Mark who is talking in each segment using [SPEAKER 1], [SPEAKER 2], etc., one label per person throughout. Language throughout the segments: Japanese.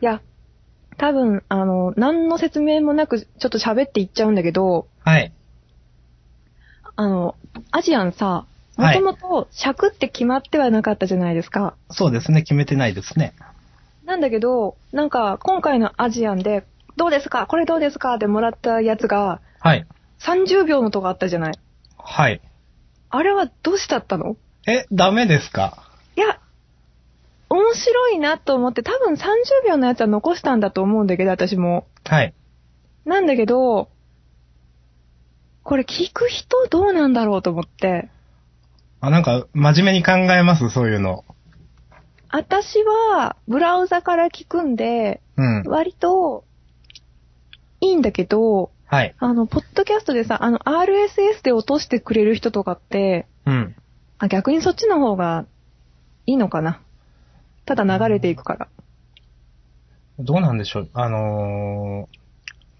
[SPEAKER 1] いや、多分、あの、何の説明もなく、ちょっと喋っていっちゃうんだけど、
[SPEAKER 2] はい。
[SPEAKER 1] あの、アジアンさ、も
[SPEAKER 2] はい
[SPEAKER 1] ともと尺って決まってはなかったじゃないですか。
[SPEAKER 2] そうですね、決めてないですね。
[SPEAKER 1] なんだけど、なんか、今回のアジアンで、どうですかこれどうですかってもらったやつが、
[SPEAKER 2] はい。
[SPEAKER 1] 30秒のとこあったじゃない。
[SPEAKER 2] はい。
[SPEAKER 1] あれはどうしちゃったの
[SPEAKER 2] え、ダメですか
[SPEAKER 1] いや、面白いなと思って、多分30秒のやつは残したんだと思うんだけど、私も。
[SPEAKER 2] はい。
[SPEAKER 1] なんだけど、これ聞く人どうなんだろうと思って。
[SPEAKER 2] あ、なんか、真面目に考えます、そういうの。
[SPEAKER 1] 私は、ブラウザから聞くんで、
[SPEAKER 2] うん。
[SPEAKER 1] 割と、いいんだけど、
[SPEAKER 2] はい。
[SPEAKER 1] あの、ポッドキャストでさ、あの、RSS で落としてくれる人とかって、
[SPEAKER 2] うん。
[SPEAKER 1] あ、逆にそっちの方がいいのかな。ただ流れていくから。
[SPEAKER 2] どうなんでしょう。あのー、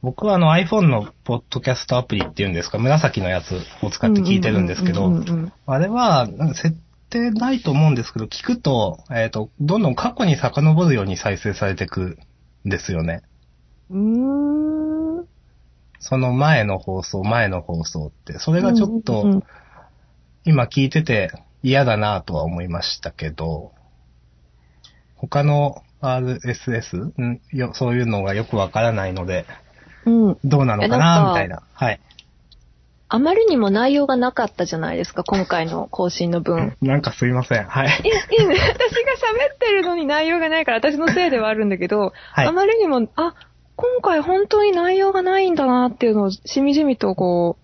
[SPEAKER 2] 僕はあの iPhone のポッドキャストアプリっていうんですか、紫のやつを使って聞いてるんですけ
[SPEAKER 1] う
[SPEAKER 2] ど
[SPEAKER 1] んうん、うんうん
[SPEAKER 2] あれは、なんか設定ないと思うんですけど、聞くと、えっ、と、どんどん過去に遡るように再生されてくんですよね。
[SPEAKER 1] うん。うーん。
[SPEAKER 2] その前の放送、前の放送って。それがちょっ
[SPEAKER 1] うんうん
[SPEAKER 2] と、今聞いてて嫌だなとは思いましたけど、他の RSS? んよそういうのがよくわからないので、
[SPEAKER 1] うん、うん。
[SPEAKER 2] どうなのか
[SPEAKER 1] えなん
[SPEAKER 2] な
[SPEAKER 1] か
[SPEAKER 2] みたいな。はい。
[SPEAKER 1] あまりにも内容がなかったじゃないですか、今回の更新の分。
[SPEAKER 2] なんかすいません。はい。
[SPEAKER 1] いや、い いね。私が喋ってるのに内容がないから、私のせいではあるんだけど、
[SPEAKER 2] はい
[SPEAKER 1] あまりにも、あ、今回本当に内容がないんだなっていうのをしみじみとこ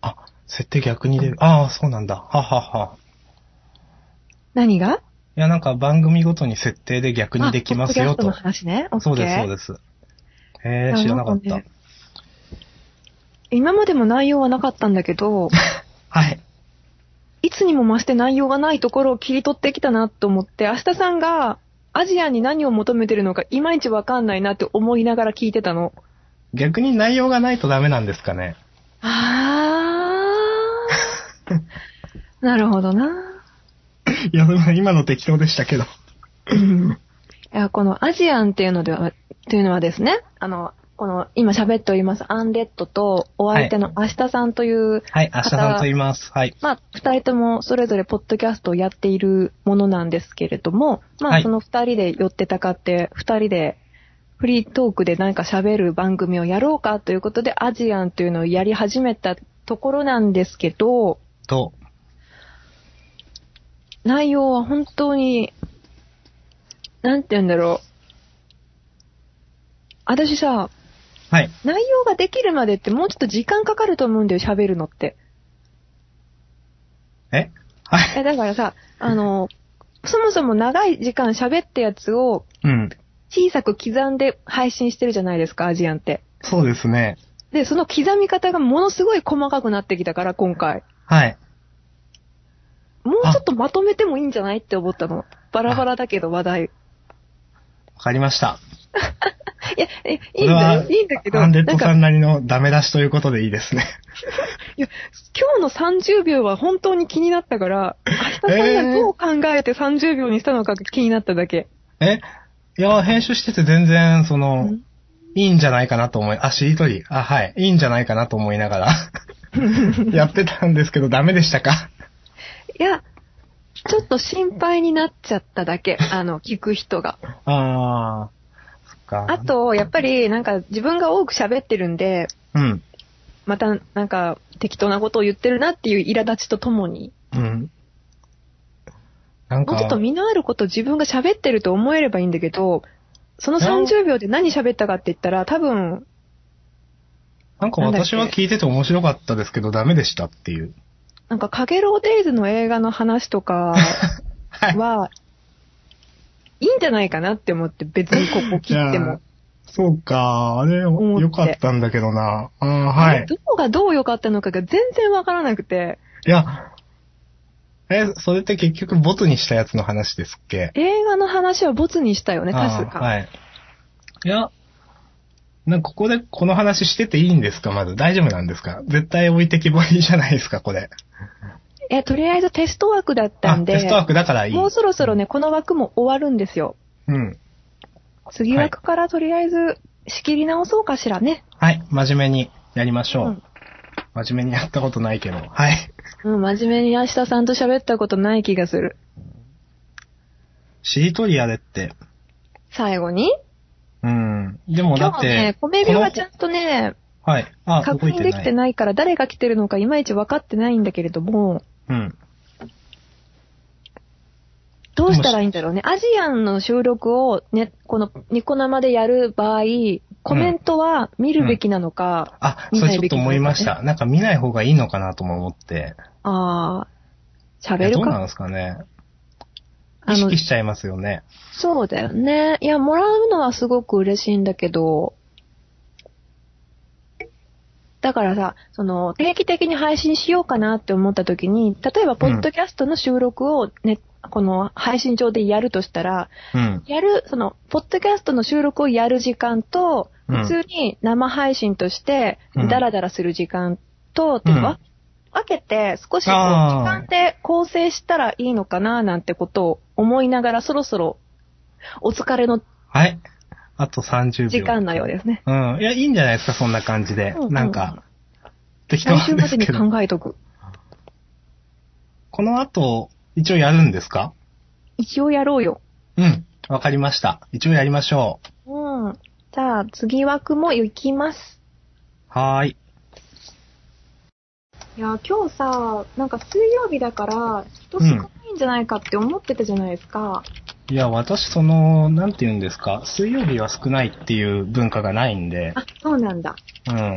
[SPEAKER 2] あ、設定逆に出る。ああ、そうなんだ。ははは。
[SPEAKER 1] う、何が
[SPEAKER 2] いや、なんか番組ごとに設定で逆にできますよ
[SPEAKER 1] あポッド
[SPEAKER 2] と
[SPEAKER 1] キャスト。の話ね。
[SPEAKER 2] そうです、そう
[SPEAKER 1] す。
[SPEAKER 2] です。えー、知らなかっ
[SPEAKER 1] いや
[SPEAKER 2] た
[SPEAKER 1] ん。ね今までも内容はなかったんだけ ど、
[SPEAKER 2] はい。
[SPEAKER 1] いつにも増して内容がないところを切り取ってきたなと思って、明日さんがアジアに何を求めてるのかいまいちわかんないなって思いながら聞いてた の。
[SPEAKER 2] 逆に内容がないとダメなんです かね。
[SPEAKER 1] あー。なるほどな。
[SPEAKER 2] いや、それは今の適当でしたけど。
[SPEAKER 1] うんいや、このアジアンっていうのでは、というのはですね、あの、この今喋っておりますアンレッドとお相手の明日さんという、
[SPEAKER 2] はい、明日さんと言います。はい。
[SPEAKER 1] まあ、二人ともそれぞれポッドキャストをやっているものなんですけれども、ま
[SPEAKER 2] は
[SPEAKER 1] あ、
[SPEAKER 2] い
[SPEAKER 1] その二人で寄ってたかって、二人でフリートークで何か喋る番組をやろうかということで、アジアンというのをやり始めたところなんですけど、
[SPEAKER 2] と、
[SPEAKER 1] 内容は本当に、なんて言うんだろう。私さ、
[SPEAKER 2] はい。
[SPEAKER 1] 内容ができるまでってもうちょっと時間かかると思うんだよ、喋るのって。
[SPEAKER 2] えはい。
[SPEAKER 1] え、だからさ、あの、そもそも長い時間喋ったやつを
[SPEAKER 2] うん。
[SPEAKER 1] 小さく刻んで配信してるじゃないですか、アジアンって。
[SPEAKER 2] そうですね。
[SPEAKER 1] で、その刻み方がものすごい細かくなってきたから、今回。
[SPEAKER 2] はい。
[SPEAKER 1] もうちょっとまとめてもいいんじゃないって思ったの。バラバラだけど話題。
[SPEAKER 2] わかりました。
[SPEAKER 1] いや、え、いいんだよ、いいんだけど。
[SPEAKER 2] アン
[SPEAKER 1] な
[SPEAKER 2] デッ
[SPEAKER 1] ん
[SPEAKER 2] ド
[SPEAKER 1] か
[SPEAKER 2] さんなりのダメ出しということでいいですね。
[SPEAKER 1] いや、今日の30秒は本当に気になった から、明日さんがどう考えて30秒にしたのかが気になっただけ。
[SPEAKER 2] えいや、編集してて全然、その
[SPEAKER 1] うん、
[SPEAKER 2] いいんじゃないかなと思い、あ、しりとり、あ、はい、いいんじゃないかなと思いながら、 やってたんですけど、ダメでしたか
[SPEAKER 1] いや、ちょっと心配になっちゃっただけ、あの、聞く人が。
[SPEAKER 2] あー、そっか。
[SPEAKER 1] あ、と、やっぱり、なんか自分が多く喋ってるんで、
[SPEAKER 2] うん。
[SPEAKER 1] また、なんか、適当なことを言ってるなっていう苛立ちとともに、
[SPEAKER 2] うん。なん
[SPEAKER 1] もうちょっと
[SPEAKER 2] か、
[SPEAKER 1] 身のあることを自分が喋ってると思えればいいんだけど、その30秒で何喋ったかって言ったら、多分、
[SPEAKER 2] なんか私は聞いてて面白かったですけど、ダメでしたっていう。
[SPEAKER 1] なんか、かげろうデイズの映画の話とか、
[SPEAKER 2] は い。
[SPEAKER 1] は、いいんじゃないかなって思って、別にここ切って
[SPEAKER 2] いや
[SPEAKER 1] も。
[SPEAKER 2] そうか、あれ、
[SPEAKER 1] 思って
[SPEAKER 2] 良かったんだけどな。あーは
[SPEAKER 1] あれ
[SPEAKER 2] い。
[SPEAKER 1] どこがどう良かったのかが全然わからなくて、
[SPEAKER 2] いや、え、それって結局ボツにしたやつの話ですっけ
[SPEAKER 1] 映画の話はボツにしたよね、確
[SPEAKER 2] あ
[SPEAKER 1] か。
[SPEAKER 2] ーはい。いや、なんかここでこの話してていいんですかまず大丈夫なんですか絶対置いてきぼりじゃないですかこれ。
[SPEAKER 1] え、とりあえずテスト枠だった
[SPEAKER 2] あ、
[SPEAKER 1] ん
[SPEAKER 2] テスト
[SPEAKER 1] で、
[SPEAKER 2] ワークだからいい。
[SPEAKER 1] もうそろそろね、この枠も終わるんですよ。
[SPEAKER 2] うん。
[SPEAKER 1] 次枠からとりあえず仕切り直そうかしらね。
[SPEAKER 2] はい、真面目にやりましょう。
[SPEAKER 1] うん
[SPEAKER 2] 真面目にやったことないけど。はい。
[SPEAKER 1] うん、真面目に明日さんと喋ったことない気がする。
[SPEAKER 2] しりとりやれって。
[SPEAKER 1] 最後に
[SPEAKER 2] うん。でもだ
[SPEAKER 1] 今日
[SPEAKER 2] っ
[SPEAKER 1] は
[SPEAKER 2] て。
[SPEAKER 1] ね、米秒
[SPEAKER 2] こ
[SPEAKER 1] が
[SPEAKER 2] の
[SPEAKER 1] ちゃんとね、
[SPEAKER 2] はい。あ、
[SPEAKER 1] 確認できて
[SPEAKER 2] い。
[SPEAKER 1] ないから誰が来てるのかいまいち分かってないんだけれども、
[SPEAKER 2] うん。
[SPEAKER 1] どうしたらいいんだろうね。アジアンの収録をね、このニコ生でやる場合、コメントは見るべきなのか、
[SPEAKER 2] あ、それちょっと思いました。なんか見ない方がいいのかなとも思って。
[SPEAKER 1] あー、
[SPEAKER 2] いや
[SPEAKER 1] 喋
[SPEAKER 2] ど
[SPEAKER 1] る
[SPEAKER 2] うなん
[SPEAKER 1] か。
[SPEAKER 2] ですかね。
[SPEAKER 1] あ
[SPEAKER 2] 意
[SPEAKER 1] の
[SPEAKER 2] 識、しちゃいますよね。
[SPEAKER 1] そうだよね。いや、もらうのはすごく嬉しいんだけど、だからさ、その、定期的に配信しようかなって思った時に、例えば、ポッドキャストの収録をね、この配信上でやるとしたら、
[SPEAKER 2] うん。
[SPEAKER 1] やる、その、ポッドキャストの収録をやる時間と、
[SPEAKER 2] うん
[SPEAKER 1] 普通に生配信として、
[SPEAKER 2] うん
[SPEAKER 1] ダラダラする時間と、っていうのは、分けて、少しこう時
[SPEAKER 2] あー
[SPEAKER 1] 間で構成したらいいのかな、なんてことを思いながら、そろそろ、お疲れの
[SPEAKER 2] はい。あと30秒。
[SPEAKER 1] 時間のようです ね。
[SPEAKER 2] うん。いや、いいんじゃないですか、そんな感じで。
[SPEAKER 1] うんうん
[SPEAKER 2] なんか、適当
[SPEAKER 1] 来
[SPEAKER 2] な
[SPEAKER 1] 週
[SPEAKER 2] んで
[SPEAKER 1] まですに
[SPEAKER 2] けど。
[SPEAKER 1] 考えとく。
[SPEAKER 2] この後、一応やるんですか
[SPEAKER 1] 一応やろうよ。
[SPEAKER 2] うん。わかりました。一応やりましょう。
[SPEAKER 1] うん。じゃあ、次枠も行きます。
[SPEAKER 2] はーい。
[SPEAKER 1] いや、今日さ、なんか水曜日だから、人少ないんじゃないかって思ってたじゃないですか。
[SPEAKER 2] いや、私、その、なんて言うんですか、水曜日は少ないっていう文化がないんで、
[SPEAKER 1] あ、そうなんだ。
[SPEAKER 2] うん。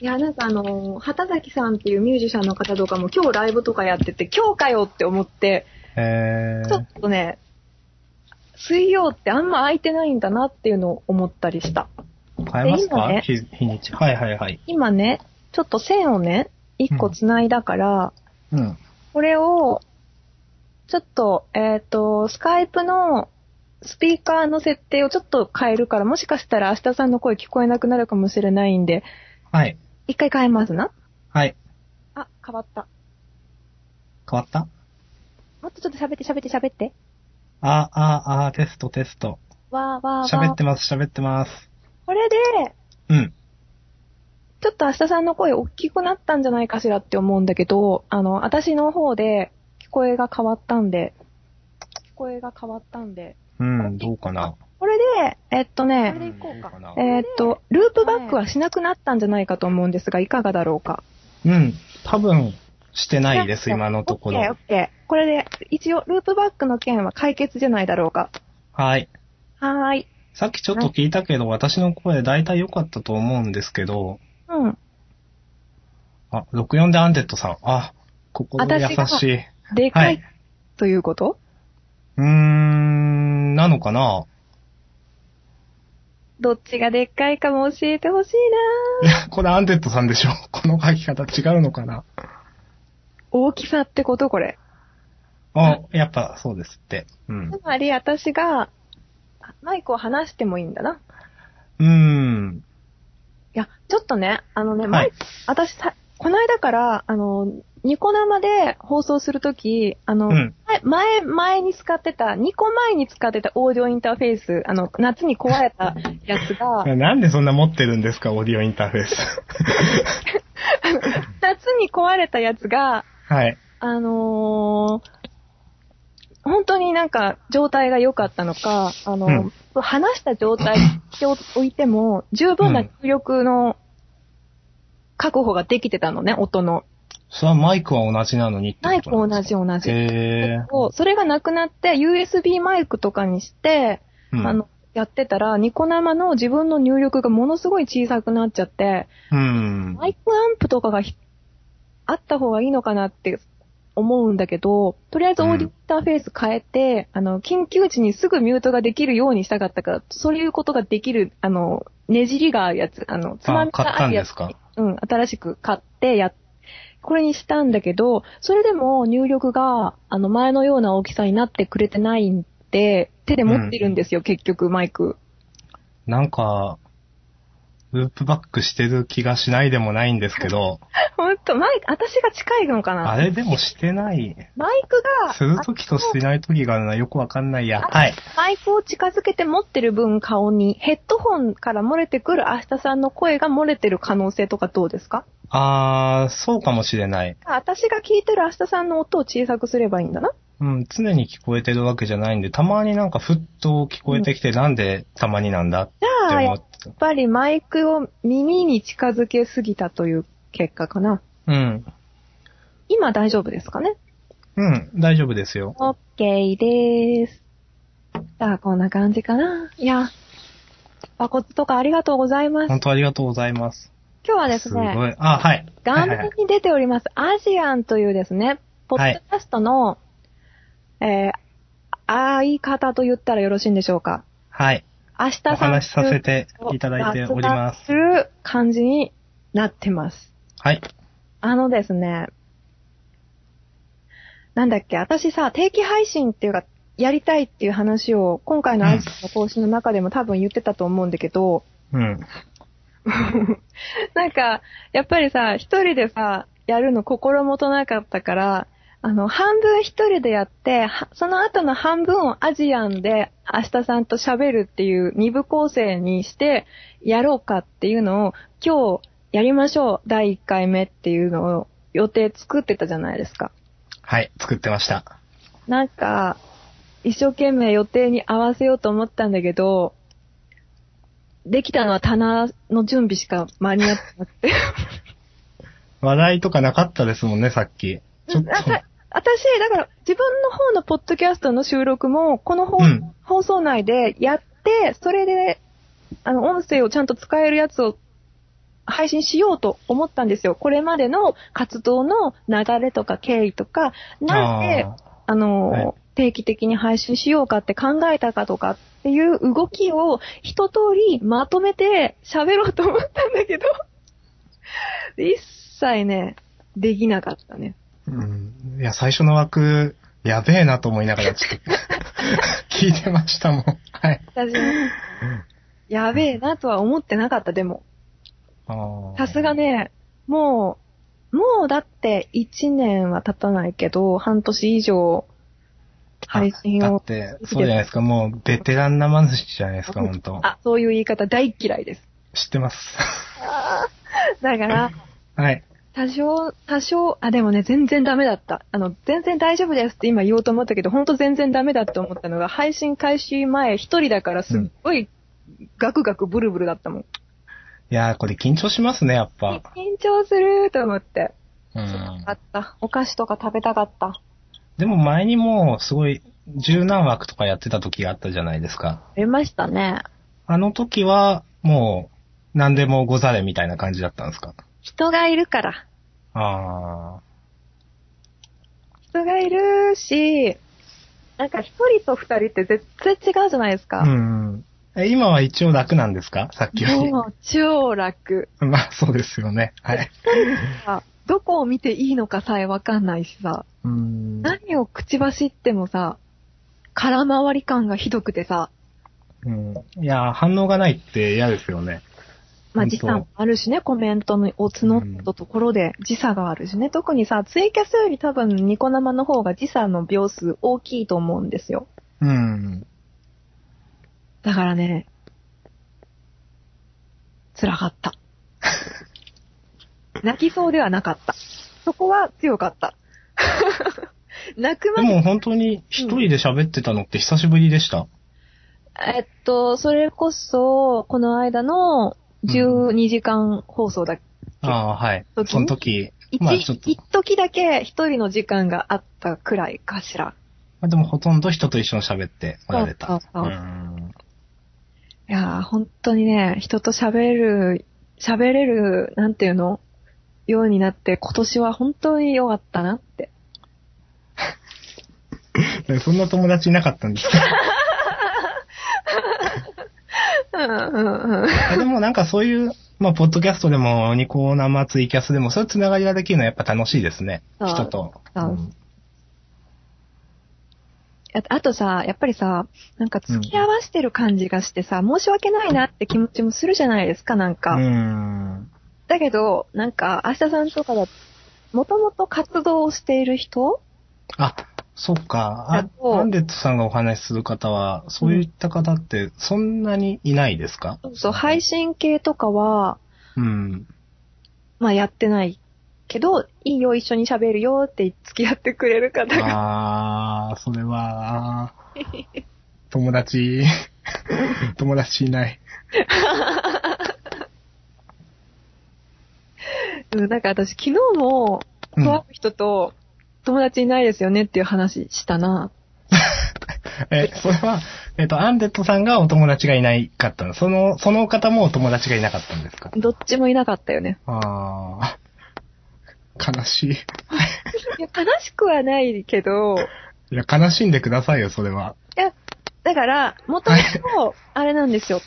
[SPEAKER 1] いや、なんかあのー、畑崎さんっていうミュージシャンの方とかも今日ライブとかやってて、今日かよって思って、
[SPEAKER 2] え
[SPEAKER 1] ちょ
[SPEAKER 2] ー
[SPEAKER 1] っ、とね、水曜ってあんま空いてないんだなっていうのを思ったりした。
[SPEAKER 2] 変えますか、
[SPEAKER 1] で
[SPEAKER 2] 日日にち。はいはいはい。
[SPEAKER 1] 今ね、ちょっと線をね、一個繋いだから、
[SPEAKER 2] うん。
[SPEAKER 1] これを、ちょっと、えっ、と、スカイプのスピーカーの設定をちょっと変えるから、もしかしたら明日さんの声聞こえなくなるかもしれないんで、
[SPEAKER 2] はい。
[SPEAKER 1] 一回変えますな。
[SPEAKER 2] はい。
[SPEAKER 1] あ、変わった。
[SPEAKER 2] 変わった
[SPEAKER 1] もっとちょっと喋って喋って喋って。
[SPEAKER 2] あ、あ、あ、テストテスト。
[SPEAKER 1] わーわーわー
[SPEAKER 2] 喋ってます、喋ってます。
[SPEAKER 1] これで、
[SPEAKER 2] うん。
[SPEAKER 1] ちょっと明日さんの声大きくなったんじゃないかしらって思うんだけど、あの、私の方で聞こえが変わったんで、聞こえが変わったんで、
[SPEAKER 2] うん、どうかな。
[SPEAKER 1] これで、えっと
[SPEAKER 2] う
[SPEAKER 1] ね、
[SPEAKER 2] んどうかな。
[SPEAKER 1] えっと、ループバックはしなくなったんじゃないかと思うんですが、いかがだろうか。
[SPEAKER 2] うん、多分、してないです、今のとこ
[SPEAKER 1] オッケーオ
[SPEAKER 2] ろ
[SPEAKER 1] ッ。ケー。これで、一応、ループバックの件は解決じゃないだろうか。
[SPEAKER 2] はい。
[SPEAKER 1] はーい。
[SPEAKER 2] さっきちょっと聞いたけど、私の声大体良かったと思うんですけど、
[SPEAKER 1] うん。
[SPEAKER 2] あ、64でアンデッドさん。あ、心優
[SPEAKER 1] 私
[SPEAKER 2] しい。
[SPEAKER 1] でかい、
[SPEAKER 2] はい
[SPEAKER 1] ということ
[SPEAKER 2] うーん、なのかな
[SPEAKER 1] どっちがでっかいかも教えてほしいなー
[SPEAKER 2] これアンデッドさんでしょ この書き方違うのかな
[SPEAKER 1] 大きさってことこれ。
[SPEAKER 2] あ、やっぱそうですって。うん
[SPEAKER 1] つ。まり私が、マイクを離してもいいんだな。
[SPEAKER 2] うーん。
[SPEAKER 1] いや、ちょっとね、あのね、
[SPEAKER 2] はい
[SPEAKER 1] マイク私さ、この間から、あの、ニコ生で放送するとき、あの、
[SPEAKER 2] うん
[SPEAKER 1] 前、前、前に使ってた、2個前に使ってたオーディオインターフェース、あの、夏に壊れたやつが、
[SPEAKER 2] なんでそんな持ってるんですか、オーディオインターフェース。
[SPEAKER 1] 夏に壊れたやつが、
[SPEAKER 2] はい。
[SPEAKER 1] あのー本当になんか状態が良かったのか、あの、
[SPEAKER 2] うん
[SPEAKER 1] 話した状態で置いても、十分な出力の確保ができてたのね、音の。
[SPEAKER 2] それはマイクは同じなのにって
[SPEAKER 1] マイ
[SPEAKER 2] こ
[SPEAKER 1] ク
[SPEAKER 2] と
[SPEAKER 1] 同
[SPEAKER 2] なんで
[SPEAKER 1] じ同
[SPEAKER 2] すか
[SPEAKER 1] じ。
[SPEAKER 2] へー。
[SPEAKER 1] をそれがなくなって、USB マイクとかにして、
[SPEAKER 2] うん
[SPEAKER 1] あの、やってたら、ニコ生の自分の入力がものすごい小さくなっちゃって、
[SPEAKER 2] うん。
[SPEAKER 1] マイクアンプとかがひあった方がいいのかなって思うんだけど、とりあえずオーディターフェース変えて、あの、緊急時にすぐミュートができるようにしたかったから、そういうことができる、あの、ねじりがあるやつ、あの、つま
[SPEAKER 2] あ
[SPEAKER 1] み、
[SPEAKER 2] 買
[SPEAKER 1] が
[SPEAKER 2] った
[SPEAKER 1] あ
[SPEAKER 2] ん
[SPEAKER 1] るや
[SPEAKER 2] で
[SPEAKER 1] つ
[SPEAKER 2] す。か
[SPEAKER 1] うん、新しく買ってやっ、これにしたんだけど、それでも入力が、あの、前のような大きさになってくれてないんで、手で持ってるんですよ、結局、マイク。
[SPEAKER 2] なんか、ループバックしてる気がしないでもないんですけど、
[SPEAKER 1] ほんと、マイク、私が近いのかな
[SPEAKER 2] あれでもしてない。
[SPEAKER 1] マイクが、
[SPEAKER 2] するときとしないときがあるのはよくわかんないや。
[SPEAKER 1] あ
[SPEAKER 2] はい。
[SPEAKER 1] マイクを近づけて持ってる分顔に、ヘッドホンから漏れてくる明日さんの声が漏れてる可能性とかどうですか
[SPEAKER 2] あー、そうかもしれない。
[SPEAKER 1] あ私が聞いてる明日さんの音を小さくすればいいんだな。
[SPEAKER 2] うん、常に聞こえてるわけじゃないんで、たまになんかふっと聞こえてきて、なんでたまになんだって
[SPEAKER 1] じゃあ、や
[SPEAKER 2] 思
[SPEAKER 1] っ
[SPEAKER 2] って。
[SPEAKER 1] ぱりマイクを耳に近づけすぎたという結果かな。
[SPEAKER 2] うん。
[SPEAKER 1] 今大丈夫ですかね
[SPEAKER 2] うん、大丈夫ですよ。
[SPEAKER 1] オッケーでーす。さあ、こんな感じかな。いや、バコツとかありがとうございます。
[SPEAKER 2] 本当ありがとうございます。
[SPEAKER 1] 今日はですす
[SPEAKER 2] ごい
[SPEAKER 1] ね、。
[SPEAKER 2] あ、はい。
[SPEAKER 1] 画
[SPEAKER 2] はいはい
[SPEAKER 1] 面に出ております、アジアンというですね、ポッドキャストの、えー、相方と言ったらよろしいんでしょうか。
[SPEAKER 2] はい。
[SPEAKER 1] 明日
[SPEAKER 2] お
[SPEAKER 1] さん
[SPEAKER 2] 話しさせていただいております
[SPEAKER 1] する感じになってます。
[SPEAKER 2] はい。
[SPEAKER 1] あのですね、なんだっけ、私さ、定期配信っていうか、やりたいっていう話を、今回のアジアンの更新の中でも多分言ってたと思うんだけど、
[SPEAKER 2] うん。
[SPEAKER 1] なんか、やっぱりさ、一人でさ、やるの心もとなかったから、あの、半分一人でやって、はその後の半分をアジアンで明日さんと喋るっていう二部構成にしてやろうかっていうのを今日やりましょう。第1回目っていうのを予定作ってたじゃないですか。
[SPEAKER 2] はい。作ってました。
[SPEAKER 1] なんか、一生懸命予定に合わせようと思ったんだけど、できたのは棚の準備しか間に合ってなくて。
[SPEAKER 2] 話題とかなかったですもんね、さっき。ちょっと。
[SPEAKER 1] あた私、だから自分の方のポッドキャストの収録も、この放,、
[SPEAKER 2] うん
[SPEAKER 1] 放送内でやって、それで、あの、音声をちゃんと使えるやつを配信しようと思ったんですよ。これまでの活動の流れとか経緯とか、なんで、あ
[SPEAKER 2] あ
[SPEAKER 1] の、
[SPEAKER 2] はい
[SPEAKER 1] 定期的に配信しようかって考えたかとかっていう動きを一通りまとめて喋ろうと思ったんだけど、一切ね、できなかったね。
[SPEAKER 2] ーうん。いや、最初の枠、やべえなと思いながら、ちょっ と、聞いてましたもん。はい。
[SPEAKER 1] 私も、やべえなとは思ってなかった、でも。
[SPEAKER 2] ああ
[SPEAKER 1] さすが。ね、もう、もうだって1年は経たないけど、半年以上、配信
[SPEAKER 2] あだ
[SPEAKER 1] を
[SPEAKER 2] っ。て、そうじゃないですか、もう、ベテランなマヌシじゃないですか、本当
[SPEAKER 1] あ、そういう言い方大嫌いです。
[SPEAKER 2] 知ってます。
[SPEAKER 1] だから、
[SPEAKER 2] はい。
[SPEAKER 1] 多少、多少、あ、でもね、全然ダメだった。あの、全然大丈夫ですって今言おうと思ったけど、ほんと全然ダメだって思ったのが、配信開始前一人だからすっごい、ガクガクブルブルだったもん。
[SPEAKER 2] いやー、これ緊張しますね、やっぱ。
[SPEAKER 1] 緊張すると思って。
[SPEAKER 2] うん
[SPEAKER 1] あ。った。お菓子とか食べたかった。
[SPEAKER 2] でも前にも、すごい、十何枠とかやってた時があったじゃないですか。
[SPEAKER 1] ありましたね。
[SPEAKER 2] あの時は、もう、何でもござれみたいな感じだったんですか
[SPEAKER 1] 人がいるから。
[SPEAKER 2] あ
[SPEAKER 1] 人がいるし、なんか一人と二人って絶対違うじゃないですか。
[SPEAKER 2] あ。うん。え、今は一応楽なんですかさっきより。
[SPEAKER 1] もう超楽。
[SPEAKER 2] まあ、そうですよね。はい。
[SPEAKER 1] あどこを見ていいのかさえわかんないしさ、
[SPEAKER 2] うん。
[SPEAKER 1] 何を口走ってもさ、空回り感がひどくてさ、
[SPEAKER 2] うん。いやー、反応がないって嫌ですよね。
[SPEAKER 1] まあ
[SPEAKER 2] 本当
[SPEAKER 1] 時差もあるしね、コメントのお募ったところで時差があるしね、特にさ、ツイキャスより多分ニコ生の方が時差の秒数大きいと思うんですよ。
[SPEAKER 2] うん。
[SPEAKER 1] だからね、辛か った。泣きそうではなかった。そこは強か った。泣く
[SPEAKER 2] で
[SPEAKER 1] まで、
[SPEAKER 2] も本当に一人で喋ってたのって久しぶりでした。
[SPEAKER 1] えっと、それこそ、この間の12時間放送だ、
[SPEAKER 2] ああー、はい。
[SPEAKER 1] 時
[SPEAKER 2] その時。
[SPEAKER 1] 一、
[SPEAKER 2] まあちょっと
[SPEAKER 1] 一時だけ一人の時間があったくらいかしら。
[SPEAKER 2] まあ、でもほとんど人と一緒に喋っておられた。
[SPEAKER 1] そうそうそう
[SPEAKER 2] うん
[SPEAKER 1] いやー、本当にね、人と喋る、喋れる、なんていうのようになって、今年は本当に良かったなって。
[SPEAKER 2] えそんな友達いなかった んですか
[SPEAKER 1] うんうんうん。
[SPEAKER 2] あでもなんかそういう、まあ、ポッドキャストでも、ニコ生、ツイキャスでも、そういうつながりができるのはやっぱ楽しいですね。
[SPEAKER 1] そう
[SPEAKER 2] 人と。
[SPEAKER 1] そう
[SPEAKER 2] うん
[SPEAKER 1] ああとさ、やっぱりさ、なんか付き合わしてる感じがしてさ、申し訳ないなって気持ちもするじゃないですか、なん
[SPEAKER 2] う
[SPEAKER 1] か。
[SPEAKER 2] ん。
[SPEAKER 1] だけど、なんか、明日さんとかだもともと活動をしている人
[SPEAKER 2] あ、そっか。
[SPEAKER 1] あ
[SPEAKER 2] あ
[SPEAKER 1] と
[SPEAKER 2] アンデットさんがお話しする方は、そういった方ってそんなにいないですか
[SPEAKER 1] そう、配信系とかは、
[SPEAKER 2] うん。
[SPEAKER 1] まあやってないけど、いいよ、一緒に喋るよって付き合ってくれる方が。
[SPEAKER 2] あー、それは、 友達、友達いない。
[SPEAKER 1] うん、なんか私昨日も、
[SPEAKER 2] うん
[SPEAKER 1] とある人と友達いないですよねっていう話したな。
[SPEAKER 2] え、それは、えっと、アンデットさんがお友達がいないかったの。その、その方もお友達がいなかったんですか
[SPEAKER 1] どっちもいなかったよね。
[SPEAKER 2] あー、悲しい。
[SPEAKER 1] いや、悲しくはないけど、
[SPEAKER 2] いや、悲しんでくださいよ、それは。
[SPEAKER 1] だから、もともと、あれなんですよ。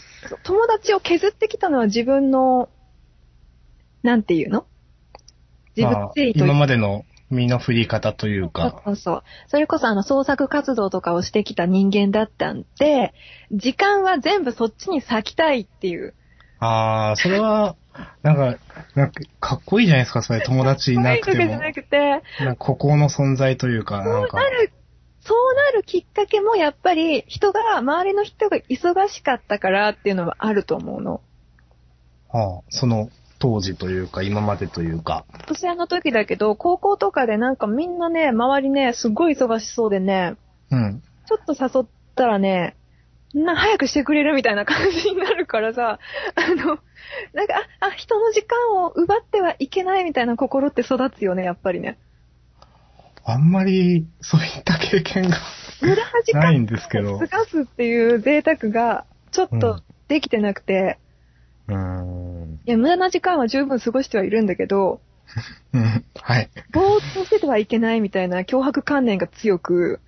[SPEAKER 1] 友達を削ってきたのは自分の、なんていうの自分
[SPEAKER 2] ま
[SPEAKER 1] の
[SPEAKER 2] あ、
[SPEAKER 1] 誠意という
[SPEAKER 2] 今
[SPEAKER 1] か
[SPEAKER 2] までの身の振り方というか。
[SPEAKER 1] そうそうそう。それこそあの創作活動とかをしてきた人間だったんで、時間は全部そっちに割きたいっていう。
[SPEAKER 2] あー、それは、なんか、なんか、かっこいいじゃないですか、それ、友達いなく
[SPEAKER 1] そう
[SPEAKER 2] て
[SPEAKER 1] いうわけじ
[SPEAKER 2] も
[SPEAKER 1] ゃ。なくて、
[SPEAKER 2] なんか、孤高の存在というか、
[SPEAKER 1] そ
[SPEAKER 2] なん
[SPEAKER 1] う
[SPEAKER 2] か
[SPEAKER 1] な。る、そうなるきっかけもやっぱり人が、周りの人が忙しかったからっていうのはあると思うの。
[SPEAKER 2] ああ、その当時というか、今までというか。
[SPEAKER 1] 私あの時だけど、高校とかでなんかみんなね、周りね、すごい忙しそうでね、
[SPEAKER 2] うん。
[SPEAKER 1] ちょっと誘ったらね、な、早くしてくれるみたいな感じになるからさ、あの、なんか、あ、あ、人の時間を奪ってはいけないみたいな心って育つよね、やっぱりね。
[SPEAKER 2] あんまり、そういった経験が
[SPEAKER 1] 無駄な時間
[SPEAKER 2] ないんですけど
[SPEAKER 1] を過。ごすっていう贅沢が、ちょっ
[SPEAKER 2] う
[SPEAKER 1] と
[SPEAKER 2] ん
[SPEAKER 1] できてなくて、
[SPEAKER 2] うーん。
[SPEAKER 1] いや、無駄な時間は十分過ごしてはいるんだけど、
[SPEAKER 2] うん。はい。
[SPEAKER 1] ぼーっとしててはいけないみたいな脅迫観念が強く、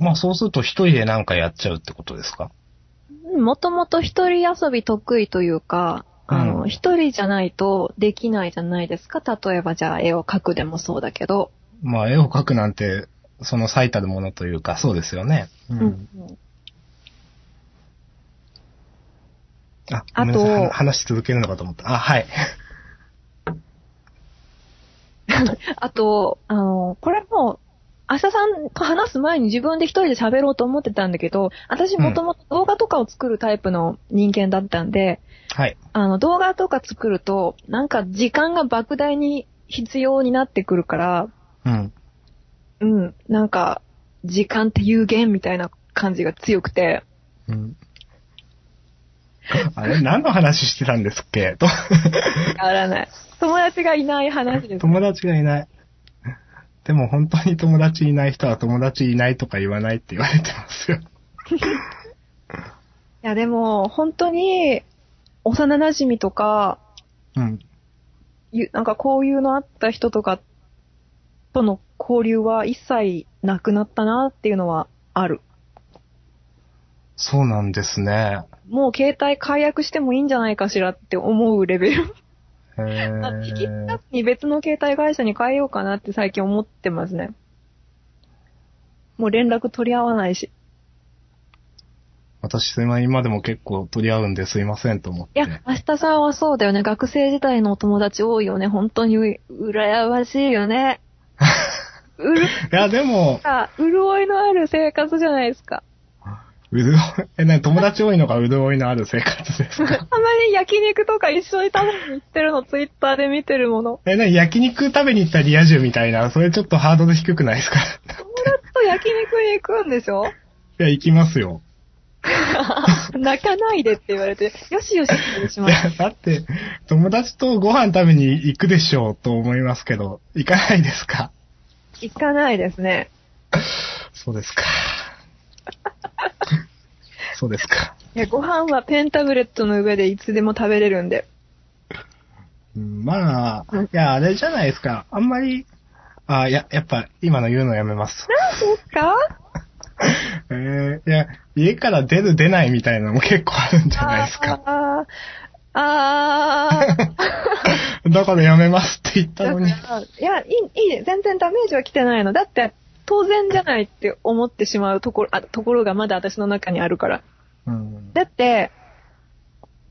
[SPEAKER 2] まあ、そうすると一人でなんかやっちゃうってことですか
[SPEAKER 1] もともと一人遊び得意というか、あ
[SPEAKER 2] う
[SPEAKER 1] の、
[SPEAKER 2] ん
[SPEAKER 1] 一、人じゃないとできないじゃないですか。例えばじゃあ絵を描くでもそうだけど。
[SPEAKER 2] まあ、絵を描くなんて、その最たるものというか、そうですよね。う。
[SPEAKER 1] うん
[SPEAKER 2] あ、
[SPEAKER 1] あと
[SPEAKER 2] ごめんなさいは話し続けるのかと思った。あ、はい。
[SPEAKER 1] あと、あの、これも、明日さんと話す前に自分で一人で喋ろうと思ってたんだけど、私もともと動画とかを作るタイプの人間だったんで、
[SPEAKER 2] はい。
[SPEAKER 1] あの、動画とか作ると、なんか時間が莫大に必要になってくるから、
[SPEAKER 2] うん。
[SPEAKER 1] うん、なんか、時間って有限みたいな感じが強くて、
[SPEAKER 2] うん。あれ何の話してたんですっけと
[SPEAKER 1] 変わらない。友達がいない話です。
[SPEAKER 2] 友達がいない。でも本当に友達いない人は友達いないとか言わないって言われてますよ。
[SPEAKER 1] いや、でも、本当に、幼馴染とか、
[SPEAKER 2] うん。
[SPEAKER 1] ゆなんか交友のあった人とか、との交流は一切なくなったなっていうのはある。
[SPEAKER 2] そうなんですね。
[SPEAKER 1] もう携帯解約してもいいんじゃないかしらって思うレベル。
[SPEAKER 2] へ
[SPEAKER 1] あ引き継
[SPEAKER 2] ー
[SPEAKER 1] がずに別の携帯会社に変えようかなって最近思ってますね。もう連絡取り合わないし。
[SPEAKER 2] 私、すいません今でも結構取り合うんですいませんと思っ
[SPEAKER 1] い
[SPEAKER 2] て。
[SPEAKER 1] や、明日さんはそうだよね。学生時代のお友達多いよね。本当にう羨ましいよ ね。うる、
[SPEAKER 2] いやでも、
[SPEAKER 1] あ、潤いのある生活じゃないです か。
[SPEAKER 2] うるおい、え、なに友達多いのがうるおいのある生活です
[SPEAKER 1] た
[SPEAKER 2] か
[SPEAKER 1] まに焼肉とか一緒に食べに行ってるの、ツイッターで見てるもの。
[SPEAKER 2] え、なに焼肉食べに行ったリア充みたいな、それちょっとハードル低くないですか
[SPEAKER 1] 友達と焼肉に行くんでしょ
[SPEAKER 2] いや、行きますよ。
[SPEAKER 1] 泣かないでって言われて、よしよしってし
[SPEAKER 2] い
[SPEAKER 1] まう。
[SPEAKER 2] や、だって、友達とご飯食べに行くでしょうと思いますけど、行かないですか
[SPEAKER 1] 行かないですね。
[SPEAKER 2] そうです か。そうですか。
[SPEAKER 1] いや、ご飯はペンタブレットの上でいつでも食べれるんで。
[SPEAKER 2] うんまあ
[SPEAKER 1] うん、
[SPEAKER 2] いや、あれじゃないですか。あんまり、あ、いや、やっぱ、今の言うのやめます。
[SPEAKER 1] そうか
[SPEAKER 2] えー、いや、家から出る出ないみたいなのも結構あるんじゃないですか。
[SPEAKER 1] あーあー。
[SPEAKER 2] だからやめますって言った
[SPEAKER 1] だ
[SPEAKER 2] の
[SPEAKER 1] か
[SPEAKER 2] に。
[SPEAKER 1] ら、いや、いい、いい、全然ダメージは来てないの。だって、当然じゃないって思ってしまうところ、あ、ところがまだ私の中にあるから。
[SPEAKER 2] うん。
[SPEAKER 1] だって、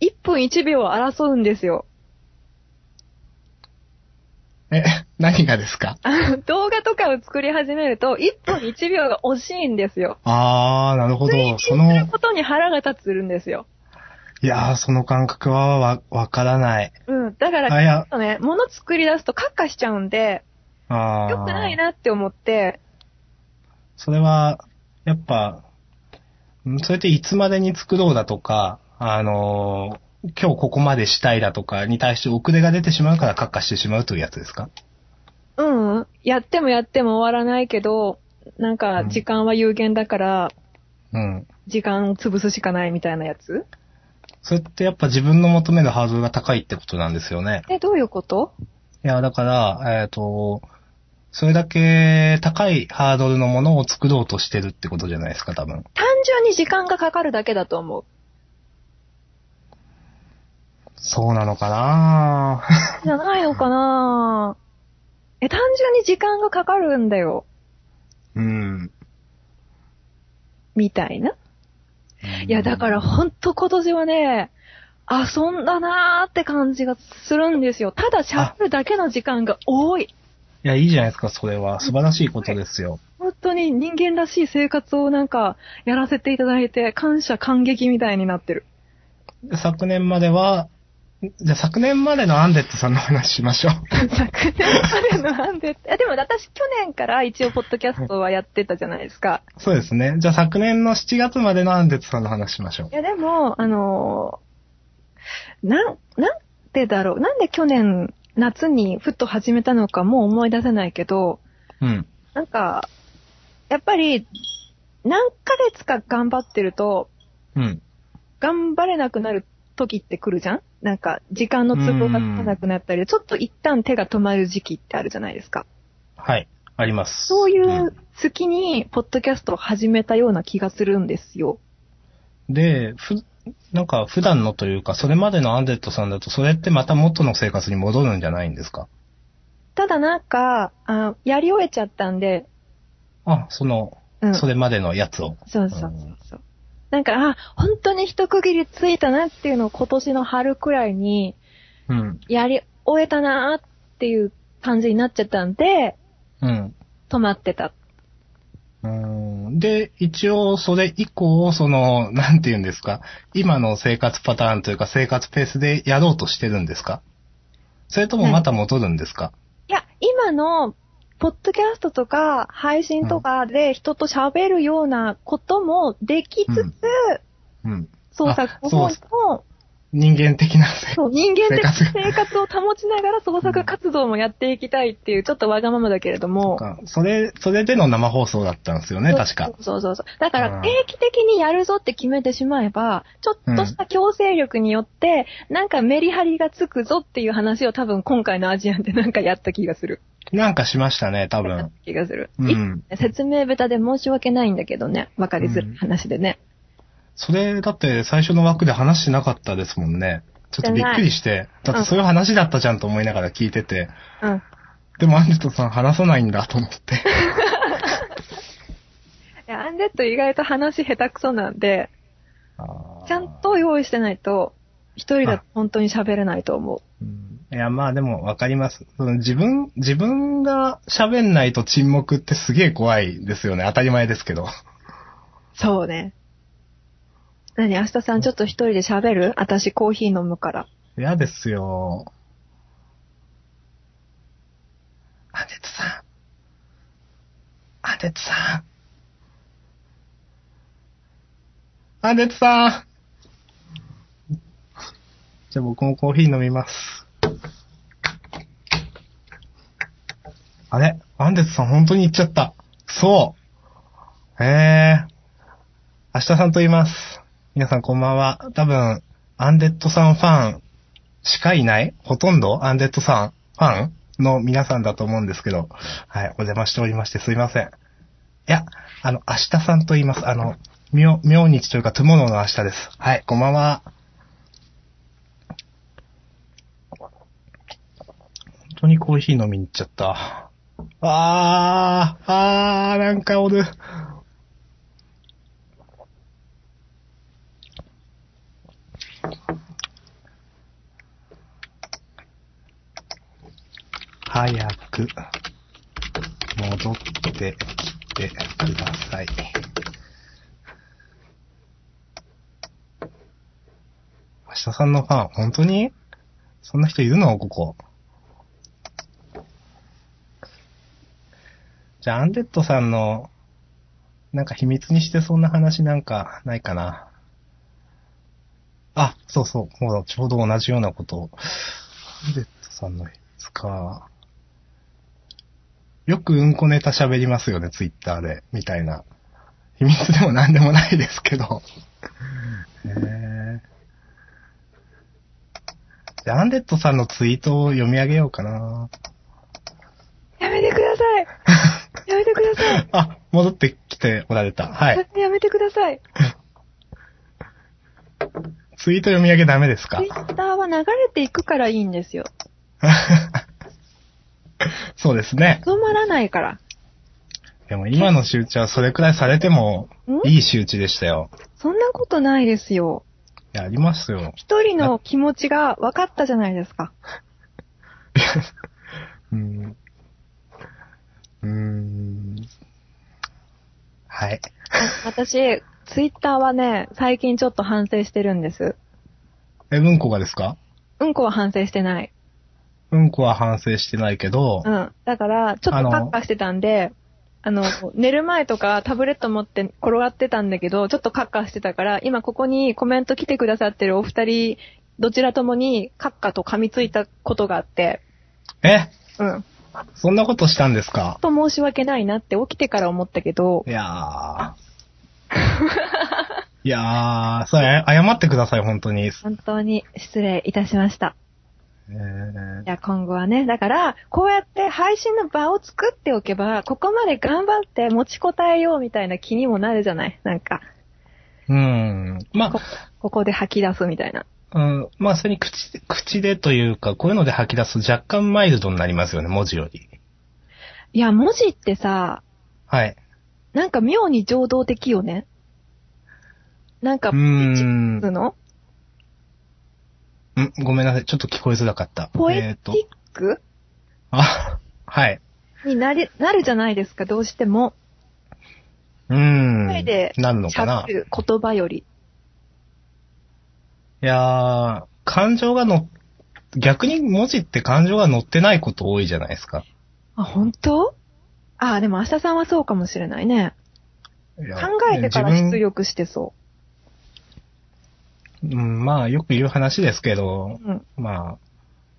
[SPEAKER 1] 1分1秒を争うんですよ。
[SPEAKER 2] え、何がですか
[SPEAKER 1] あの動画とかを作り始めると、1分1秒が惜しいんですよ。
[SPEAKER 2] あー、なるほど。その、
[SPEAKER 1] することに腹が立つんですよ。
[SPEAKER 2] いやー、その感覚はわ、わからない。
[SPEAKER 1] うん。だから、
[SPEAKER 2] あ、いや、
[SPEAKER 1] そうね、物作り出すとカッカしちゃうんで、
[SPEAKER 2] あー
[SPEAKER 1] 良くないなって思って、
[SPEAKER 2] それは、やっぱ、んそれっていつまでに作ろうだとか、あのー今日ここまでしたいだとかに対して遅れが出てしまうからカッカしてしまうというやつですか
[SPEAKER 1] うん、やってもやっても終わらないけど、なんか時間は有限だから、
[SPEAKER 2] うん。
[SPEAKER 1] 時間を潰すしかないみたいなやつ
[SPEAKER 2] それってやっぱ自分の求めるハードルが高いってことなんですよね。
[SPEAKER 1] え、どういうこと
[SPEAKER 2] いや、だから、えっ、と、それだけ高いハードルのものを作ろうとしてるってことじゃないですか、多分。
[SPEAKER 1] 単純に時間がかかるだけだと思う。
[SPEAKER 2] そうなのかな
[SPEAKER 1] じゃないのかなえ、単純に時間がかかるんだよ。
[SPEAKER 2] うん。
[SPEAKER 1] みたいな。いや、だからほんと今年はね、遊んだなーって感じがするんですよ。ただ喋るだけの時間が多い。
[SPEAKER 2] いや、いいじゃないですか、それは。素晴らしいことですよ。
[SPEAKER 1] 本当に人間らしい生活をなんかやらせていただいて感謝感激みたいになってる。
[SPEAKER 2] 昨年までは、じゃあ昨年までのアンデットさんの話しましょう。
[SPEAKER 1] 昨年までのなんでって。あでも私去年から一応ポッドキャストはやってたじゃないですか。
[SPEAKER 2] そうですね。じゃあ昨年の7月までのアンデットさんの話しましょう
[SPEAKER 1] い。やでも、あのーなん、なんでだろう。なんで去年夏にふっと始めたのかもう思い出せないけど、
[SPEAKER 2] うん。
[SPEAKER 1] なんか、やっぱり、何ヶ月か頑張ってると、
[SPEAKER 2] うん。
[SPEAKER 1] 頑張れなくなる時って来るじゃんなんか、時間の都合がつかなくなったり、ちょっと一旦手が止まる時期ってあるじゃないですか。
[SPEAKER 2] はい。あります。
[SPEAKER 1] そうい
[SPEAKER 2] ん
[SPEAKER 1] う隙に、ポッドキャストを始めたような気がするんですよ。
[SPEAKER 2] で、ふ、なんか普段のというか、それまでのアンデットさんだと、それってまた元の生活に戻るんじゃないんですか
[SPEAKER 1] ただなんか、あやり終えちゃったんで、
[SPEAKER 2] あ、その、
[SPEAKER 1] うん。
[SPEAKER 2] それまでのやつを。
[SPEAKER 1] そうそうそうそう。なんか、あ、本当に一区切りついたなっていうのを今年の春くらいに、
[SPEAKER 2] うん。
[SPEAKER 1] やり終えたなっていう感じになっちゃったんで、
[SPEAKER 2] うん。
[SPEAKER 1] 止まってた。
[SPEAKER 2] うんで、一応、それ以降、その、なんて言うんですか、今の生活パターンというか生活ペースでやろうとしてるんですかそれともまた戻るんですか、
[SPEAKER 1] いや、今の、ポッドキャストとか、配信とかで人と喋るようなこともできつつ、
[SPEAKER 2] うんうん。
[SPEAKER 1] 創作本も、
[SPEAKER 2] 人間的な生活。
[SPEAKER 1] そう、人間的
[SPEAKER 2] 生活
[SPEAKER 1] 生活を保ちながら創作活動もやっていきたいっていう、ちょっとわがままだけれども。
[SPEAKER 2] かそれ、それでの生放送だったんですよね、確か。。
[SPEAKER 1] そうそうそう。だか
[SPEAKER 2] う
[SPEAKER 1] ら
[SPEAKER 2] ん
[SPEAKER 1] 定期的にやるぞって決めてしまえば、ちょっとした強制力によって、なんかメリハリがつくぞっていう話を多分今回のアジアンでなんかやった気がする。
[SPEAKER 2] なんかしましたね、多
[SPEAKER 1] やっ
[SPEAKER 2] 分
[SPEAKER 1] た。気がする。
[SPEAKER 2] う
[SPEAKER 1] い
[SPEAKER 2] ん。
[SPEAKER 1] 説明下手で申し訳ないんだけどね。わかりづらい話でね。
[SPEAKER 2] それ、だって最初の枠で話してなかったですもんね。ちょっとびっくりして。
[SPEAKER 1] ゃ
[SPEAKER 2] だ
[SPEAKER 1] ない
[SPEAKER 2] ってそういう話だったじゃんと思いながら聞いてて。
[SPEAKER 1] うん。
[SPEAKER 2] でもアンデットさん話さないんだと思って。
[SPEAKER 1] いやアンデッド意外と話下手くそなんで、
[SPEAKER 2] あー
[SPEAKER 1] ちゃんと用意してないと、一人だと本当に喋れないと思う。
[SPEAKER 2] うんいや、まあでもわかります。その自分、自分が喋んないと沈黙ってすげえ怖いですよね。当たり前ですけど。
[SPEAKER 1] そうね。何明日さんちょっと一人で喋る私コーヒー飲むから。
[SPEAKER 2] 嫌ですよ。アンデットさん。アンデットさん。アンデットさん。じゃあ僕もコーヒー飲みます。あれアンデットさん本当に行っちゃった。そう。えー。明日さんと言います。皆さんこんばんは。多分、アンデッドさんファンしかいないほとんどアンデッドさんファンの皆さんだと思うんですけど、はい、お邪魔しておりましてすいません。いや、あの、明日さんと言います。あの、明、明日というか、トゥモローの明日です。はい、こんばんは。本当にコーヒー飲みに行っちゃった。あー、あー、なんかおる。早く、戻ってきてください。明日さんのファン、本当にそんな人いるのここ。じゃあ、アンデッドさんの、なんか秘密にしてそんな話なんかないかな。あ、そうそう、もうちょうど同じようなことを。アンデッドさんの秘密か。よくうんこネタ喋りますよね、ツイッターで、みたいな。秘密でもなんでもないですけど。へえ。じゃあ、アンデッドさんのツイートを読み上げようかな。
[SPEAKER 1] やめてくださいやめてください
[SPEAKER 2] あ、戻ってきておられた。はい。
[SPEAKER 1] やめてください。
[SPEAKER 2] ツイート読み上げダメですか
[SPEAKER 1] ツイッターは流れていくからいいんですよ。
[SPEAKER 2] そうですね。
[SPEAKER 1] 止まらないから。
[SPEAKER 2] でも今の周知はそれくらいされても
[SPEAKER 1] ん
[SPEAKER 2] いい周知でしたよ。
[SPEAKER 1] そんなことないですよ。
[SPEAKER 2] いや、ありますよ。
[SPEAKER 1] 一人の気持ちが分かったじゃないです か。
[SPEAKER 2] うん。うーん。はい。
[SPEAKER 1] 私、ツイッターはね、最近ちょっと反省してるんです。
[SPEAKER 2] え、うんこがですか
[SPEAKER 1] うんこは反省してない。
[SPEAKER 2] うんこは反省してないけど、
[SPEAKER 1] うん。だから、ちょっと
[SPEAKER 2] あの
[SPEAKER 1] カッカしてたんで、あの、寝る前とかタブレット持って転がってたんだけど、ちょっとカッカしてたから、今ここにコメント来てくださってるお二人、どちらともにカッカと噛みついたことがあって、
[SPEAKER 2] え、
[SPEAKER 1] うん。
[SPEAKER 2] そんなことしたんですか
[SPEAKER 1] と申し訳ないなって起きてから思ったけど、
[SPEAKER 2] いやー。いやー、それ、謝ってください、本当に。
[SPEAKER 1] 本当に失礼いたしました。
[SPEAKER 2] え
[SPEAKER 1] い
[SPEAKER 2] ー
[SPEAKER 1] や、今後はね、だから、こうやって配信の場を作っておけば、ここまで頑張って持ちこたえようみたいな気にもなるじゃないなんか、
[SPEAKER 2] うん。ま
[SPEAKER 1] こここで吐き出すみたいな。
[SPEAKER 2] あ、うん、まあ、それに口で、口でというか、こういうので吐き出すと若干マイルドになりますよね、文字より。
[SPEAKER 1] いや、文字ってさ、
[SPEAKER 2] はい。
[SPEAKER 1] なんか妙に情動的よね。なんか、
[SPEAKER 2] うーん
[SPEAKER 1] ポエチックの
[SPEAKER 2] ん、ごめんなさい、ちょっと聞こえづらかった。
[SPEAKER 1] ポ
[SPEAKER 2] えー
[SPEAKER 1] エテ
[SPEAKER 2] と
[SPEAKER 1] ィッ、ク
[SPEAKER 2] あ、はい。
[SPEAKER 1] になり、なるじゃないですか、どうしても。
[SPEAKER 2] うーん。
[SPEAKER 1] 声で
[SPEAKER 2] なるのかな
[SPEAKER 1] 喋。る言葉より。
[SPEAKER 2] いやー、感情がの、逆に文字って感情が乗ってないこと多いじゃないですか。
[SPEAKER 1] あ、本当ああ、でも明日さんはそうかもしれないね。
[SPEAKER 2] いや
[SPEAKER 1] 考えてから
[SPEAKER 2] 自
[SPEAKER 1] 出
[SPEAKER 2] 分
[SPEAKER 1] 力してそ
[SPEAKER 2] うん、まあ、よく言う話ですけど
[SPEAKER 1] う。、うん。
[SPEAKER 2] ま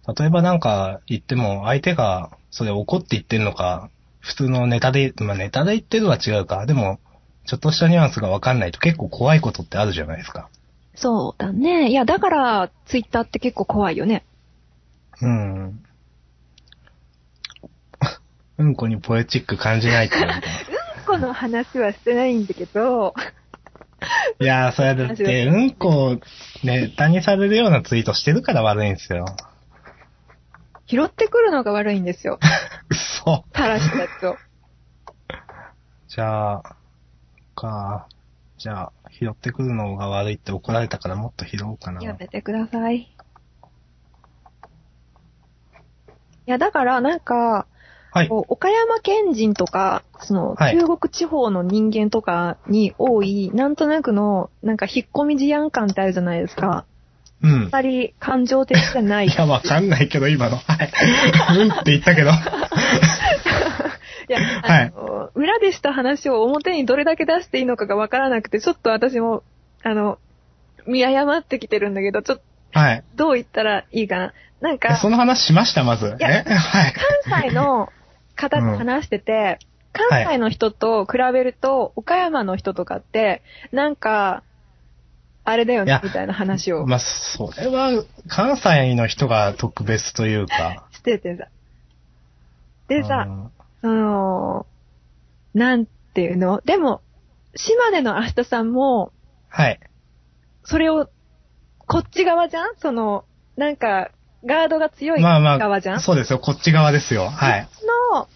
[SPEAKER 2] あ、例えばなんか言っても、相手がそれ怒って言ってんのか、普通のネタで、まあネタで言ってるのは違うか、でも、ちょっとしたニュアンスがわかんないと結構怖いことってあるじゃないですか。
[SPEAKER 1] そうだね。いや、だから、ツイッターって結構怖いよね。
[SPEAKER 2] うん。うんこにポエチック感じな いっていうか。
[SPEAKER 1] この話はしてないんだけど、
[SPEAKER 2] いやー、それだって、うんこをネタにされるようなツイートしてるから悪いんですよ。
[SPEAKER 1] 拾ってくるのが悪いんですよ。
[SPEAKER 2] 嘘。
[SPEAKER 1] 垂らしたやつを。
[SPEAKER 2] じゃあ、か。じゃあ、拾ってくるのが悪いって怒られたからもっと拾おうかな。
[SPEAKER 1] やめてください。いや、だから、なんか、
[SPEAKER 2] はい。
[SPEAKER 1] こう岡山県人とか、その、
[SPEAKER 2] はい
[SPEAKER 1] 中国地方の人間とかに多い、なんとなくの、なんか、引っ込み思案感ってあるじゃないですか。
[SPEAKER 2] うん。
[SPEAKER 1] 二人、感情的じゃない
[SPEAKER 2] い。や、わかんないけど、今 の。はい。うんって言ったけど。
[SPEAKER 1] いや、あの、裏でした話を表にどれだけ出していいのかがわからなくて、ちょっと私も、あの、見誤ってきてるんだけど、ちょっと、
[SPEAKER 2] はい。
[SPEAKER 1] どう言ったらいいかな。なん
[SPEAKER 2] え
[SPEAKER 1] か、
[SPEAKER 2] その話しました、まず。え
[SPEAKER 1] や
[SPEAKER 2] はい。
[SPEAKER 1] 関西の方と話してて、関西の人と比べると、岡山の人とかって、なんか、あれだよ
[SPEAKER 2] い
[SPEAKER 1] ね
[SPEAKER 2] や、
[SPEAKER 1] みたいな話を
[SPEAKER 2] まあ、それは、関西の人が特別というか。
[SPEAKER 1] しててさ。でさ、
[SPEAKER 2] うん
[SPEAKER 1] その、なんていうのでも、島根の明日さんも、
[SPEAKER 2] はい。
[SPEAKER 1] それを、こっち側じゃんその、なんか、ガードが強い
[SPEAKER 2] まあま
[SPEAKER 1] 側じゃん、
[SPEAKER 2] あ、そうですよ。こっち側ですよ。はい。
[SPEAKER 1] の、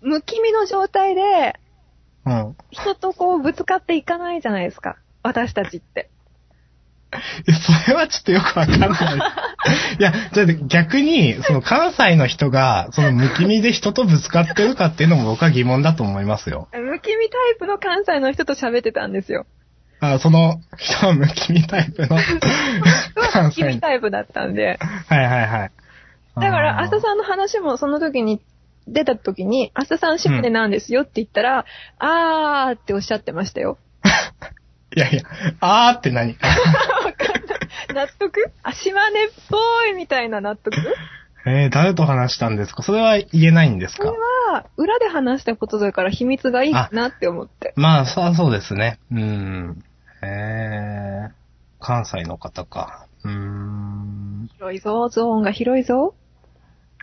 [SPEAKER 1] むき身の状態で、
[SPEAKER 2] うん。
[SPEAKER 1] 人とこうぶつかっていかないじゃないですか。私たちって。
[SPEAKER 2] いや、それはちょっとよくわかんない。いや、じゃあ逆に、その関西の人が、そのむきみで人とぶつかってるかっていうのも僕は疑問だと思いますよ。
[SPEAKER 1] むき身タイプの関西の人と喋ってたんですよ。
[SPEAKER 2] あその人はむきみタイプの
[SPEAKER 1] は
[SPEAKER 2] 関
[SPEAKER 1] むき
[SPEAKER 2] 西
[SPEAKER 1] 身。タイプだったんで。
[SPEAKER 2] はいはいはい。
[SPEAKER 1] だから、
[SPEAKER 2] あ
[SPEAKER 1] ア
[SPEAKER 2] ー
[SPEAKER 1] スタさんの話もその時に、出た時に、アスタさんシップでなんですよって言ったら、あーっておっしゃってましたよ。
[SPEAKER 2] いやいや、あーって何
[SPEAKER 1] 納得あ、島根っぽいみたいな納得
[SPEAKER 2] えー、誰と話したんですかそれは言えないんです
[SPEAKER 1] それ
[SPEAKER 2] か
[SPEAKER 1] は、裏で話したことだから秘密がいいなって思って。
[SPEAKER 2] まあ、そうそうですね。うん。えー、関西の方か。うーん。
[SPEAKER 1] 広いぞ、ゾーンが広いぞ。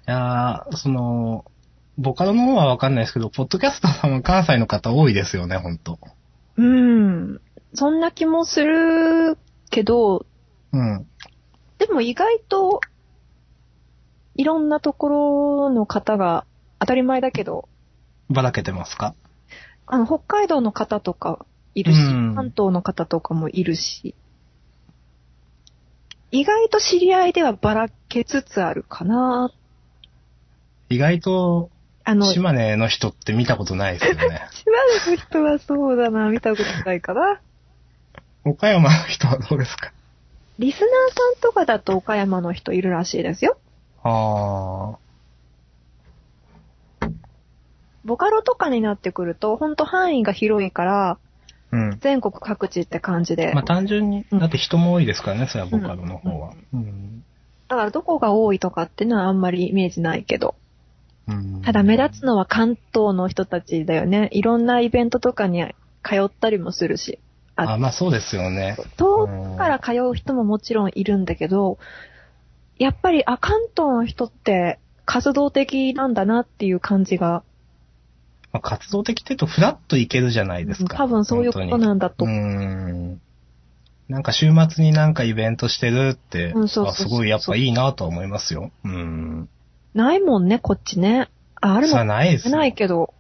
[SPEAKER 2] いやーその、ボカロの方はわかんないですけど、ポッドキャストさんは関西の方多いですよね、ほんと。
[SPEAKER 1] うん。そんな気もするけど、
[SPEAKER 2] うん。
[SPEAKER 1] でも意外と、いろんなところの方が、当たり前だけど、
[SPEAKER 2] ばらけてますか
[SPEAKER 1] あの、北海道の方とかいるし、
[SPEAKER 2] うん
[SPEAKER 1] 関東の方とかもいるし、意外と知り合いではばらけつつあるかな。
[SPEAKER 2] 意外と、
[SPEAKER 1] あの、島
[SPEAKER 2] 島根の人って見たことないですよね。
[SPEAKER 1] 根の人はそうだな、見たことないかな。
[SPEAKER 2] 岡山の人はどうですか
[SPEAKER 1] リスナーさんとかだと岡山の人いるらしいですよ。
[SPEAKER 2] あ
[SPEAKER 1] ボカロとかになってくると、ほんと範囲が広いから、
[SPEAKER 2] ー。うん。
[SPEAKER 1] 全国各地って感じで。
[SPEAKER 2] まあ単純に、だって人も多いですからね、それはボカロの方は。うん。
[SPEAKER 1] だからどこが多いとかっていうのはあんまりイメージないけど。
[SPEAKER 2] うん
[SPEAKER 1] ただ目立つのは関東の人たちだよね。いろんなイベントとかに通ったりもするし。
[SPEAKER 2] あ、まあそうですよね。
[SPEAKER 1] 遠くから通う人ももちろんいるんだけど、やっぱり、あ、関東の人って活動的なんだなっていう感じが、
[SPEAKER 2] まあ、活動的って言うとフラッといけるじゃないですか。
[SPEAKER 1] 多分そういうことなんだと
[SPEAKER 2] うー。ん。なんか週末になんかイベントしてるって、
[SPEAKER 1] うんそうそう
[SPEAKER 2] あすごいやっぱいいなとは思いますよ。うん。
[SPEAKER 1] ないもんね、こっちね。あ、ある
[SPEAKER 2] そ
[SPEAKER 1] の
[SPEAKER 2] れは
[SPEAKER 1] か
[SPEAKER 2] ないで
[SPEAKER 1] もし
[SPEAKER 2] す
[SPEAKER 1] れ
[SPEAKER 2] よ。
[SPEAKER 1] ないけど、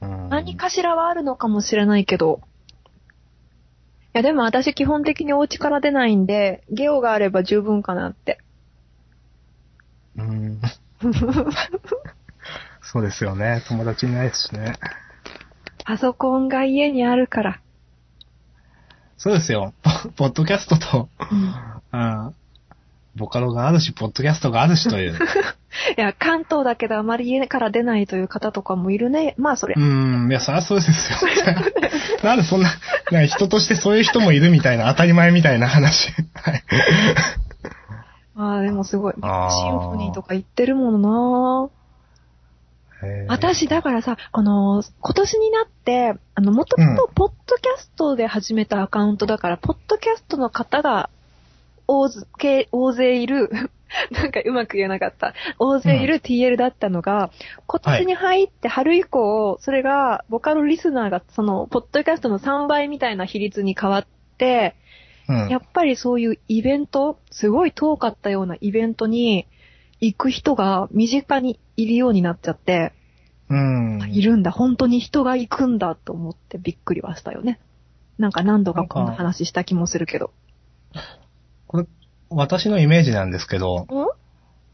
[SPEAKER 2] うん
[SPEAKER 1] 何かしらはあるのかもしれないけど。いや、でも私基本的にお家から出ないんで、ゲオがあれば十分かなって。
[SPEAKER 2] うん。そうですよね。友達いないですしね。
[SPEAKER 1] パソコンが家にあるから。
[SPEAKER 2] そうですよ。ポポッドキャストと、うん。ボカロがあるし、ポッドキャストがあるしという。
[SPEAKER 1] いや、関東だけどあまり家から出ないという方とかもいるね。まあ、それ
[SPEAKER 2] う。ん。いや、そりゃそうですよ。 なんでそんな、なんか人としてそういう人もいるみたいな、当たり前みたいな話。はい。
[SPEAKER 1] ああ、でもすごい。シンフ
[SPEAKER 2] あー
[SPEAKER 1] ォニーとか行ってるもの
[SPEAKER 2] へー
[SPEAKER 1] な私、だからさ、あのー今年になって、あの、もともと、ポッドキャストで始めたアカウントだから、ポッドキャストの方が、大勢、け大勢いる、 なんかうまく言えなかった。大勢いる TL だったのが、今年に入って春以降、それが、ボカロリスナーが、その、ポッドキャストの3倍みたいな比率に変わって、
[SPEAKER 2] うん。
[SPEAKER 1] やっぱりそういうイベント、すごい遠かったようなイベントに行く人が身近にいるようになっちゃって、
[SPEAKER 2] うん。
[SPEAKER 1] いるんだ、本当に人が行くんだと思ってびっくりはしたよね。なんか何度かこんな話した気もするけど。
[SPEAKER 2] これ、私のイメージなんですけど、
[SPEAKER 1] ん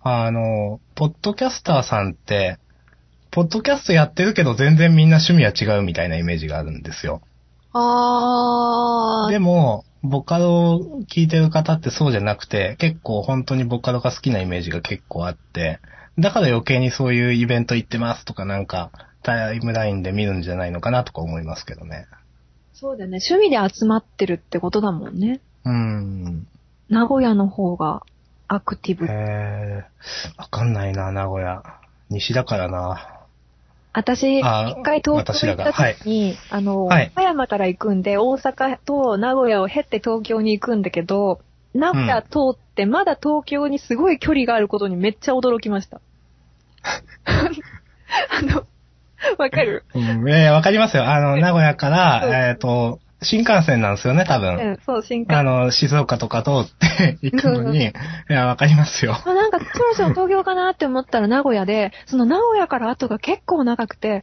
[SPEAKER 2] あの、ポッドキャスターさんって、ポッドキャストやってるけど全然みんな趣味は違うみたいなイメージがあるんですよ。
[SPEAKER 1] あ
[SPEAKER 2] でも、ボカロを聴いてる方ってそうじゃなくて、結構本当にボカロが好きなイメージが結構あって、だから余計にそういうイベント行ってますとかなんか、タイムラインで見るんじゃないのかなとか思いますけどね。
[SPEAKER 1] そうだよね。趣味で集まってるってことだもんね。
[SPEAKER 2] うん。
[SPEAKER 1] 名古屋の方がアクティブ。
[SPEAKER 2] えー、わかんないな、名古屋。西だからな。
[SPEAKER 1] 私、
[SPEAKER 2] あ
[SPEAKER 1] 一回東京行った
[SPEAKER 2] 私らがはい
[SPEAKER 1] 時に、あの、
[SPEAKER 2] はい
[SPEAKER 1] 岡山から行くんで、大阪と名古屋を経って東京に行くんだけど、名古屋通って、まだ東京にすごい距離があることにめっちゃ驚きま した。あの、わかる
[SPEAKER 2] うん、えーわかりますよ。あの、名古屋か
[SPEAKER 1] そう
[SPEAKER 2] ら、えっ、と、新幹線なんですよね、多
[SPEAKER 1] う
[SPEAKER 2] 分。
[SPEAKER 1] ん、そう、新幹
[SPEAKER 2] あ
[SPEAKER 1] 線。
[SPEAKER 2] の、静岡とか通って 行くのに、いや、わかりますよ。
[SPEAKER 1] まあ、なんか、ちょろちょろ東京かなって思ったら名古屋で、その名古屋から後が結構長くて、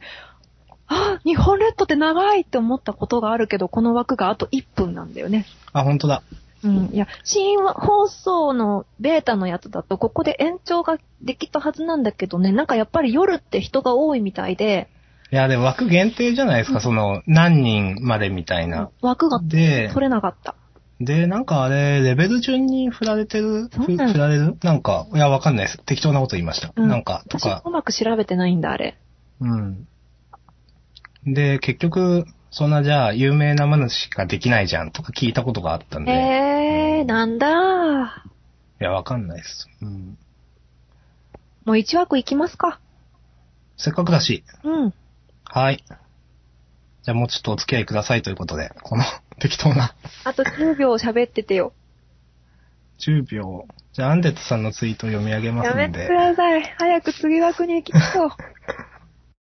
[SPEAKER 1] あ、日本列島って長いって思ったことがあるけど、この枠があと1分なんだよね。
[SPEAKER 2] あ、本当だ。
[SPEAKER 1] うん。いや、新放送のベータのやつだと、ここで延長ができたはずなんだけどね、なんかやっぱり夜って人が多いみたいで、
[SPEAKER 2] いや、でも枠限定じゃないですか、その、何人までみたいな。
[SPEAKER 1] 枠が
[SPEAKER 2] で
[SPEAKER 1] 取、れなかった。
[SPEAKER 2] で、なんかあれ、レベル順に振られてる
[SPEAKER 1] そう
[SPEAKER 2] ふ振
[SPEAKER 1] なの
[SPEAKER 2] られるなんか、いや、わかんないです。適当なこと言いました。
[SPEAKER 1] うん
[SPEAKER 2] なんか、と
[SPEAKER 1] 私、
[SPEAKER 2] か
[SPEAKER 1] う。まく調べてないんだ、あれ。
[SPEAKER 2] うん。で、結局、そんなじゃあ、有名なものしかできないじゃんとか聞いたことがあったんで、
[SPEAKER 1] えー、なんだ
[SPEAKER 2] いや、わかんないです。うん。
[SPEAKER 1] もう1枠いきますか。
[SPEAKER 2] せっかくだし、
[SPEAKER 1] うん。
[SPEAKER 2] はい。じゃあもうちょっとお付き合いくださいということで、この 適当な
[SPEAKER 1] あと10秒喋っててよ。
[SPEAKER 2] 10秒。じゃあ、アンデットさんのツイートを読み上げます
[SPEAKER 1] やめ
[SPEAKER 2] ん
[SPEAKER 1] て
[SPEAKER 2] で
[SPEAKER 1] く。ださい。早く次枠に行きましょう。